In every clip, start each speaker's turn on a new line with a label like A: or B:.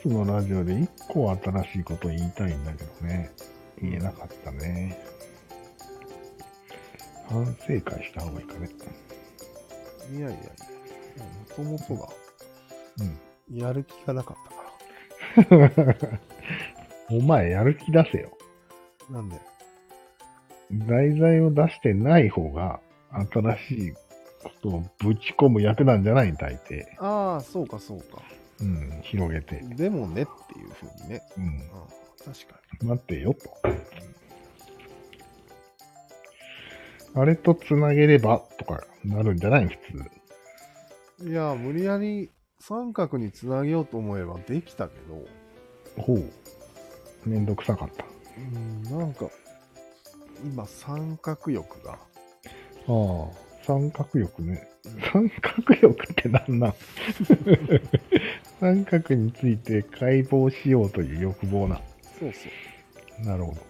A: つのラジオで1個は新しいこと言いたいんだけどね。言えなかったね。反省会した方がいいかね。
B: いやいやいや、もともとが
A: うん。
B: やる気がなかったか
A: お前やる気出せよ。
B: ら。なんで、
A: 題材を出してない方が新しいことをぶち込む役なんじゃない大抵。
B: ああ、そうかそうか。
A: うん、広げて。
B: でもねっていうふうにね。
A: うん
B: あ、あ確か
A: 待ってよと。あれとつなげればとかなるんじゃない普通。
B: に。いや、無理やり三角につなげようと思えばできたけど、
A: ほう。めんどくさかった。あ
B: うん、なんか、今、三角欲が。
A: あ。三角欲ね。三角欲ってなん なん三角について解剖しようという欲望な。
B: そうそう。
A: なるほど。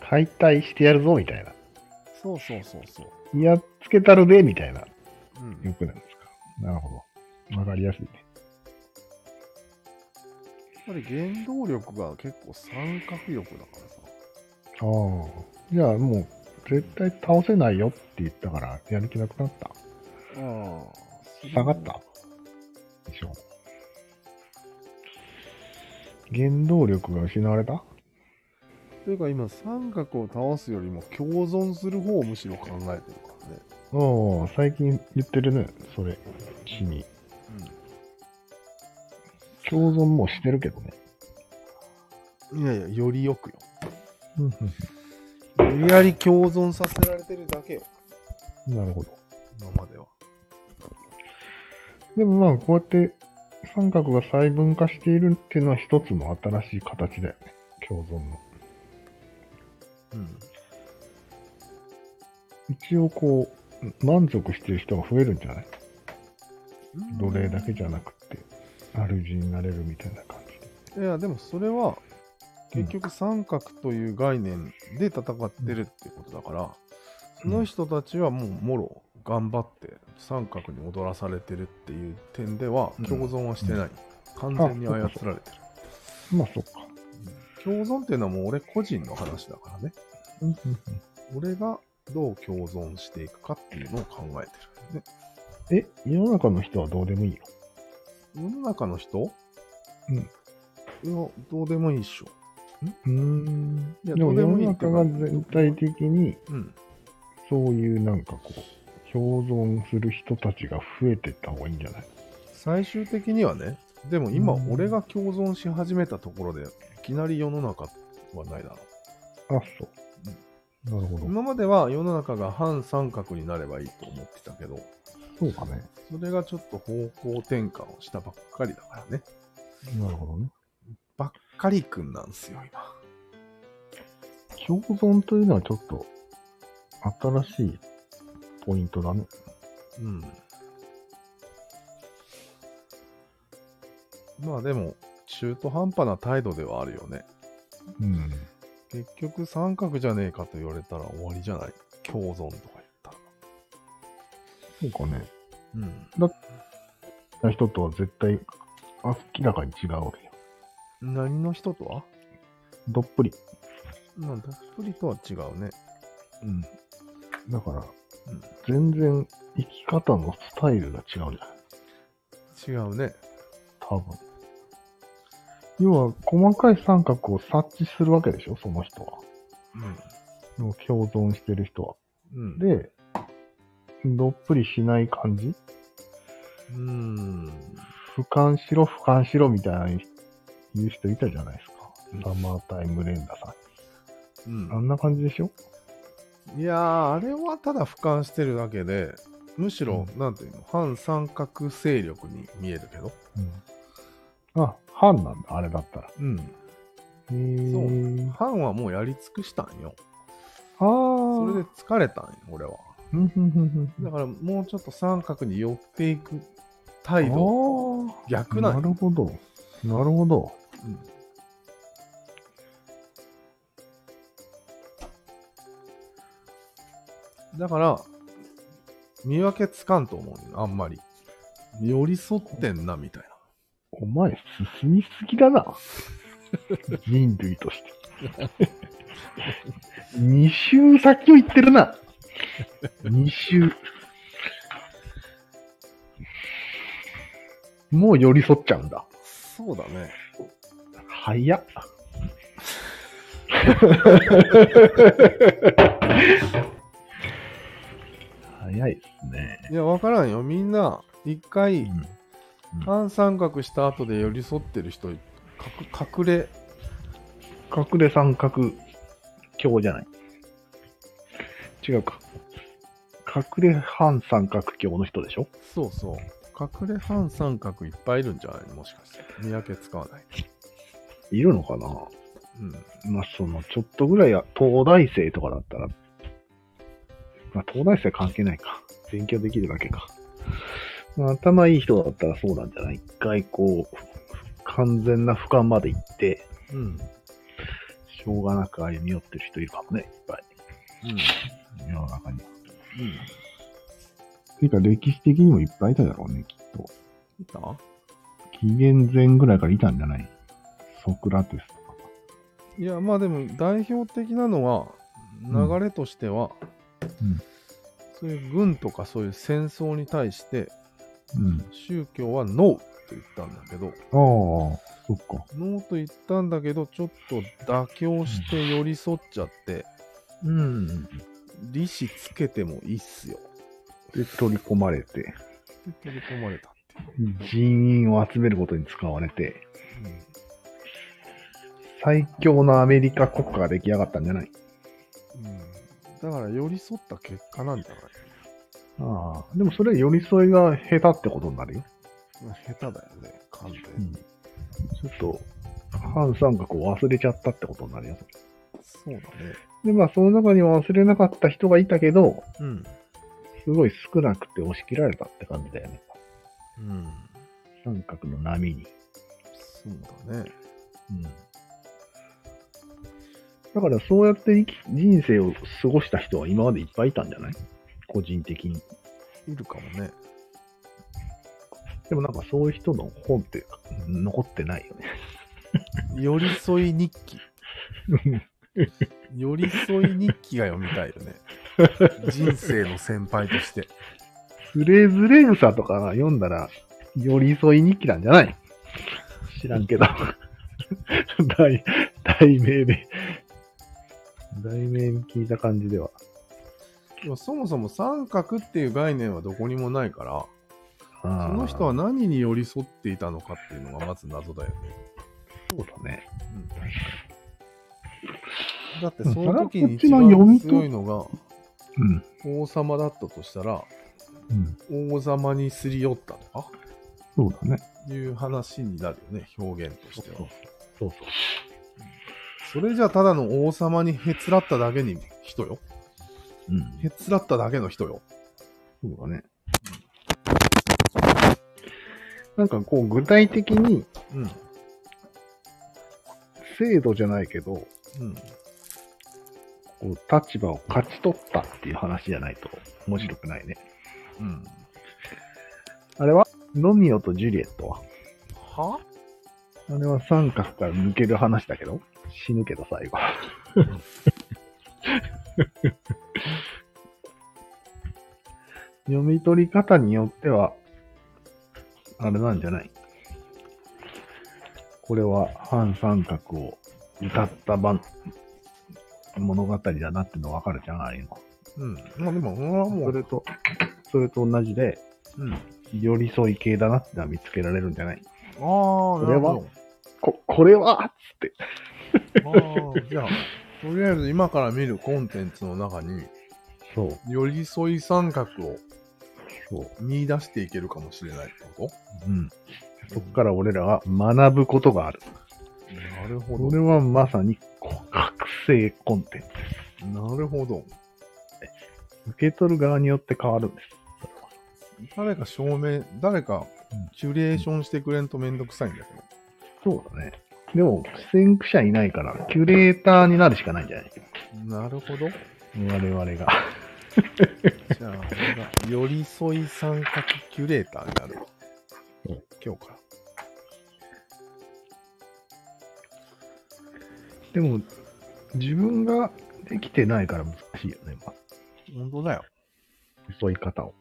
A: 解体してやるぞみたいな。
B: そうそうそうそう。
A: やっつけたるでみたいな
B: うん。
A: 欲なんですか。なるほど。わかりやすいね。
B: やっぱり原動力が結構三角欲だからさ。
A: ああ。じゃあもう、絶対倒せないよって言ったから、やる気なくなった。
B: ああ。それ
A: 下がったでしょ。原動力が失われた
B: というか今三角を倒すよりも共存する方をむしろ考えてるからね、
A: おお最近言ってるね、それ。死に。共存もしてるけどね。
B: いやいやよりよくよ
A: うん
B: 無理やり共存させられてるだけよ
A: うん。なるほど。
B: 今までは
A: でもまあ、こうやって三角が細分化しているっていうのは一つの新しい形だよね。共存の。
B: うん
A: 一応こう、満足してる人が増えるんじゃない奴隷だけじゃなくて、主になれるみたいな感じで。
B: いやでもそれは
A: うん
B: 結局三角という概念で戦ってるってことだから、
A: うん
B: その人たちはもうもろ頑張って三角に踊らされてるっていう点では
A: うん
B: 共存はしてない、完全に操られてる
A: まあ、そっか。
B: 共存っていうのはもう俺個人の話だからね
A: うんうんうん
B: 俺がどう共存していくかっていうのを考えてる、ね、
A: え、世の中の人はどうでもいいよ。
B: 世の中の人
A: うん
B: いやどうでもいいっしょ
A: うーん。
B: いや
A: でも
B: どうで
A: 世
B: も
A: の
B: いいって
A: 中
B: いうか
A: が全体的に、
B: うん
A: そういうなんかこう、共存する人たちが増えてった方がいいんじゃない
B: 最終的にはねでも今
A: うん
B: 俺が共存し始めたところでいきなり世の中はないだろ
A: あ、そう。なるほ
B: う
A: ど。
B: 今までは世の中が反三角になればいいと思ってたけど
A: そうかね。
B: それがちょっと方向転換をしたばっかりだからね
A: なるほどね。
B: ばっかりくんなんすよ今
A: 共存というのはちょっと、新しいポイントだね。
B: うん。まあでも、中途半端な態度ではあるよね。
A: うん。
B: 結局、三角じゃねえかと言われたら終わりじゃない。共存とか言ったら。
A: そうかね。
B: うん。
A: 人とは絶対、明らかに違うわけよ。
B: 何の人とは
A: どっぷり。
B: まあ、どっぷりとは違うね。
A: うん。だから、
B: うん
A: 全然生き方のスタイルが違うじゃん。
B: 違うね。
A: 多分。要は、細かい三角を察知するわけでしょ、その人は。もう共存してる人は。
B: うん。うん、、
A: で、どっぷりしない感じ
B: うーん。
A: 俯瞰しろ、俯瞰しろみたいな言う人いたじゃないですか。サマータイム連打さ。
B: うん
A: あんな感じでしょ
B: ん。いやー、あれはただ俯瞰してるだけで、むしろ、なんていうの、反三角勢力に見えるけど。
A: うん。あ、半なんだ、あれだったら。
B: うん。
A: へー
B: そう。反はもうやり尽くしたんよ。
A: あー。
B: それで疲れたんよ、俺は。
A: うん、うん、うん、うん。
B: だからもうちょっと三角に寄っていく態度、
A: ああ。
B: 逆なん
A: なる
B: よ
A: ほど。なるほど。
B: うんだから、見分けつかんと思うよ、あんまり。寄り添ってんな、みたい
A: お前、進みすぎだな。人類として。二週先を言ってるな。二週。もう寄り添っちゃうんだ。
B: そうだね。
A: 早っ。早いですね。
B: いや、わからんよ。みんな、一回、
A: うん
B: 半三角した後で寄り添ってる人、かく隠れ、
A: 隠れ三角鏡じゃない。違うか。隠れ半三角鏡の人でしょ
B: そうそう。隠れ半三角いっぱいいるんじゃないもしかして。見分けつかない。
A: いるのかな
B: うん。
A: まあ、その、ちょっとぐらいは、東大生とかだったら、まあ、東大生は関係ないか。勉強できるだけか。まあ、頭いい人だったらそうなんじゃない一回こう、完全な俯瞰まで行って、
B: うん。うん。
A: しょうがなく歩み寄ってる人いるかもね、いっぱい。世の中に。
C: ていうか歴史的にもいっぱいいただろうね、きっと。
B: いた
C: 紀元前ぐらいからいたんじゃないソクラテスとか。
B: いや、まあでも、代表的なのは、
C: うん
B: 流れとしては、
C: うん
B: そういう軍とかそういう戦争に対して、
C: うん。
B: 宗教はノーって言ったんだけ
C: あ
B: ど、
C: あ、そっか。
B: ノーと言ったんだけど、ちょっと妥協して寄り添っちゃって、
A: うん。
B: 利子つけてもいいっすよ。
A: で、取り込まれて、
B: で取り込まれたっていう。
A: 人員を集めることに使われて、最強のアメリカ国家が出来上がったんじゃない
B: うんうんだから寄り添った結果なんじゃない
A: ああ。でもそれは寄り添いが下手ってことになるよ。
B: まあ下手だよね、完全
A: う
B: に。
A: んちょっと、半三角を忘れちゃったってことになるよ。
B: そうだね。
A: で、まあ、その中には忘れなかった人がいたけど、
B: うん。
A: すごい少なくて押し切られたって感じだよね。
B: うん。
A: 三角の波に。
B: そうだね。
A: うん。だから、そうやって生き人生を過ごした人は今までいっぱいいたんじゃない個人的に。
B: いるかもね。
A: でもなんかそういう人の本って残ってないよね。
B: 寄り添い日記。寄り添い日記が読みたいよ ね。人生の先輩として。
A: スレズレンサとか読んだら、寄り添い日記なんじゃない知らんけど。 題、題名で。題名聞いた感じでは。
B: いやそもそも三角っていう概念はどこにもないから、
A: そ
B: その人は何に寄り添っていたのかっていうのがまず謎だよね。
A: そうだね。
B: だってその時に
C: そ
B: 一
C: れはこっちの読
B: 番
C: みと
B: 強いのが
C: うん。
B: 王様だったとしたら、
C: うん。
B: 王様にすり寄ったとか
C: そうだね。
B: いう話になるよね、表現としては。
A: そう
B: それじゃただの王様にへつらっただけに人よ。
A: そう。うん。
B: へつらっただけの人よ。
A: そうだね。なんかこう具体的に
B: うん。
A: 制度じゃないけど、
B: うん。
A: こう立場を勝ち取ったっていう話じゃないと面白くないね。
B: うん。
A: あれはロミオとジュリエットは
B: は
A: あれは三角から抜ける話だけど、死ぬけど最後。 読み取り方によっては、あれなんじゃないこれは半三角を歌った番物語だなっての分かるじゃん、ああいうの。
B: うん。まあでも、俺はも、
A: そうれと、それと同じで、
B: うん。あ
A: 寄り添い系だなってのは見つけられるんじゃない
B: あ、こ
A: れはこ、これは
B: ああ、 じゃあ、とりあえず今から見るコンテンツの中に、
A: そう、
B: 寄り添い三角を
A: そう。
B: 見出していけるかもしれないってこ
A: うん。そこから俺らは学ぶことがある。
B: となるほ
A: こ
B: ど。
A: れはまさにこう覚醒コンテンツ。
B: なるほど。
A: 受け取る側によって変わるんです。
B: 誰か証明、誰かキュレーションしてくれんとめんどくさいんだけど。
A: そうだね。でも、先駆者いないから、キュレーターになるしかないんじゃない
B: なるほど。
A: 我々が。
B: じゃあ、俺が寄り添い三角キュレーターになるわ
A: うん。
B: 今日から。
A: でも、自分ができてないから難しいよね、まあ、
B: 本当だよ。
A: そういう方を。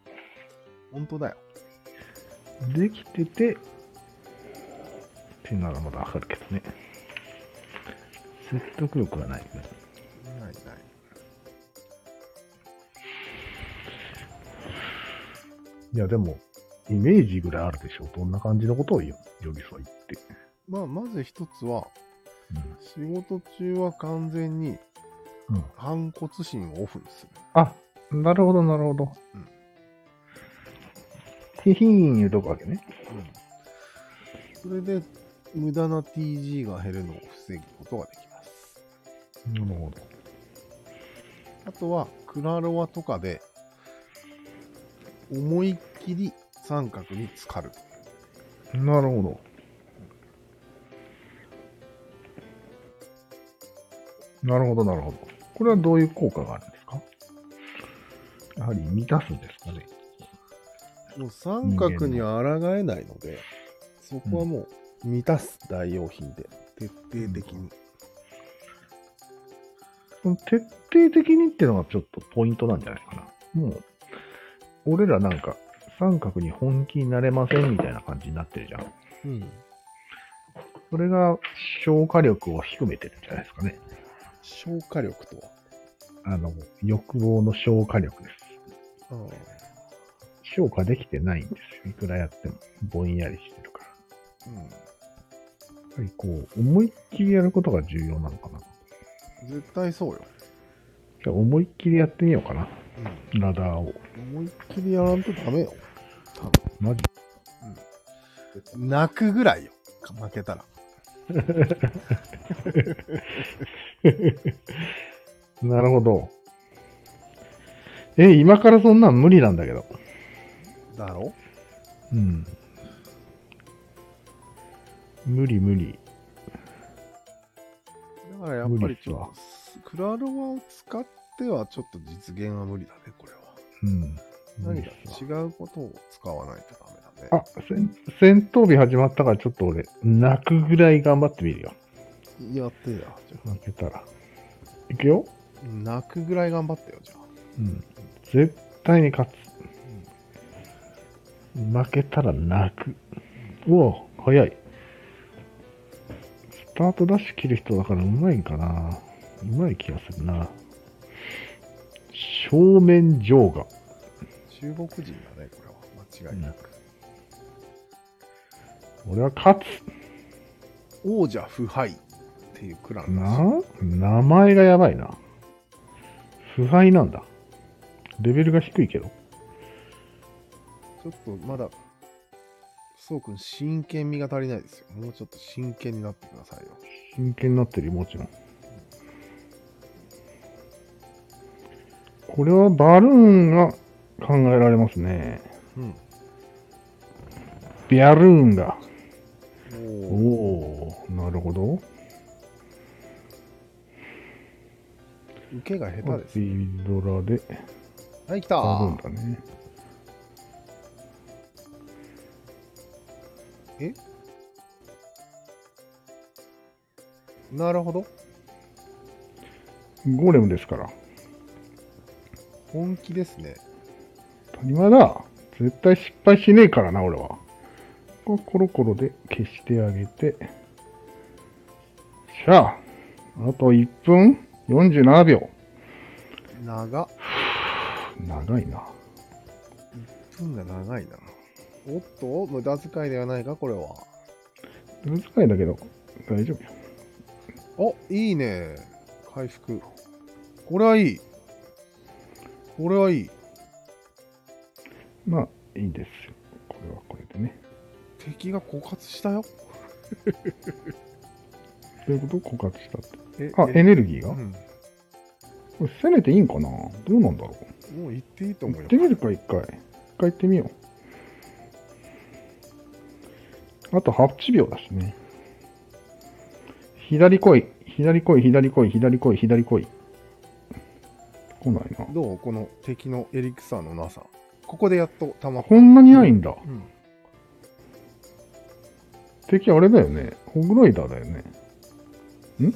B: 本当だよ。
A: できてて、ってならまだわかるけどね。説得力がないよね。
B: ないない。
A: いや、でも、イメージぐらいあるでしょ。どんな感じのことをよ寄り添いって。
B: まあ、まず一つは、仕事中は完全に
A: うん、
B: 反骨心をオフにする。
A: あ、なるほど、なるほど。
B: うん
A: ひひーん言うとくわけね。
B: うん、それで、無駄な TG が減るのを防ぐことができます。
A: なるほど。
B: あとは、クラロワとかで、思いっきり三角に浸かる。
A: なるほど。なるほど、なるほど。これはどういう効果があるんですかやはり満たすんですかね。
B: もう三角には抗えないので、そこはもう満たす代用品で、徹底的に。
A: その徹底的にっていうのがちょっとポイントなんじゃないかな。もう、俺らなんか三角に本気になれませんみたいな感じになってるじゃん。
B: うん
A: それが消化力を低めてるんじゃないですかね。
B: 消化力とは。
A: あの、欲望の消化力です。消化できてないんですよ。いくらやっても。ぼんやりしてるから。
B: う
A: やっぱりこう、思いっきりやることが重要なのかな。じ
B: ん、絶対そうよ、
A: ゃあ思いっきりやってみようかな。ラダーを。
B: 思いっきりやらんとダメよ。多
A: マジ
B: 分泣くぐらいよ。負けたら。
A: なるほど。え、今からそんなん無理なんだけど。
B: だろ
A: うん。無理無理。
B: だからやっぱ
A: 無理
B: り
A: っす
B: ちょ
A: わ
B: っとす、クラロワを使ってはちょっと実現は無理だね、これは。
A: うん。
B: 何か
A: 無理っすわ
B: 違うことを使わないとダメだね。
A: あ、戦戦闘日始まったからちょっと俺、泣くぐらい頑張ってみるよ。
B: やってや。じゃ
A: 負けたら。いくよ。
B: あ泣くぐらい頑張ってよ、じゃあ。
A: うん。絶対に勝つ。負けたら泣く。うお早い。スタートダッシュ切る人だからうまいんかな。うまい気がするな。正面上が。
B: 中国人だね、これは。間違いなく。
A: 俺は勝つ。
B: 王者不敗っていうクランらしい
A: な名前がやばいな。腐敗なんだ。レベルが低いけど。
B: ちょっとまだ、そうくん、真剣味が足りないですよ。もうちょっと真剣になってくださいよ。
A: 真剣になってるよ、もちろん。これはバルーンが考えられますね。
B: うん。
A: ビャルーンが。お
B: おー
A: おー、なるほど。
B: 受けが下手です。
A: ビドラで
B: はい、来た
A: バルーンだね。
B: なるほど。
A: ゴーレムですから。
B: 本気ですね。
A: 当たり前だ。絶対失敗しねえからな、俺は。ここコロコロで消してあげて。しゃあ、あと1分47秒。
B: 長っ。
A: 長いな。
B: 分が長いな。おっと、無駄遣いではないか、これは。
A: 難しいだけど、大丈夫よ。
B: お、いいね。回復。これはいい。これはいい。
A: まあ、いいですよ。これはこれでね。
B: 敵が枯渇したよ。
A: ということを枯渇したって。
B: え
A: あ、エ
B: え
A: ネルギーが、
B: うん。
A: これ攻めていいんかなどうなんだろう
B: もう行っていいと思う
A: 行っ
B: よ
A: て。みるか、一回。一回行ってみよう。あと8秒だしね。左来い、左来い、左来い、左来い、左来い。来ないな。
B: どうこの敵のエリクサーのなさ。ここでやっと弾
A: こんなにないんだ。
B: うん。
A: 敵あれだよね。ホグライダーだよね。ん
B: 違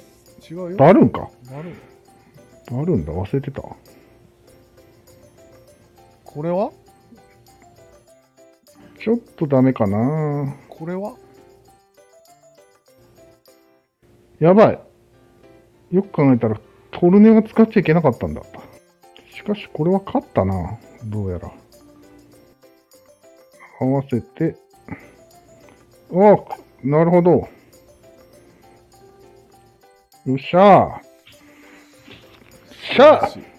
B: うよ。
A: バルーンか。
B: バルーン
A: あるんだ、忘れてた。
B: これは
A: ちょっとダメかな
B: これは
A: やばい。よく考えたら、トルネは使っちゃいけなかったんだ。しかし、これは勝ったな。どうやら。合わせて。おうなるほど。よっしゃー。しゃあ
B: 素晴らしい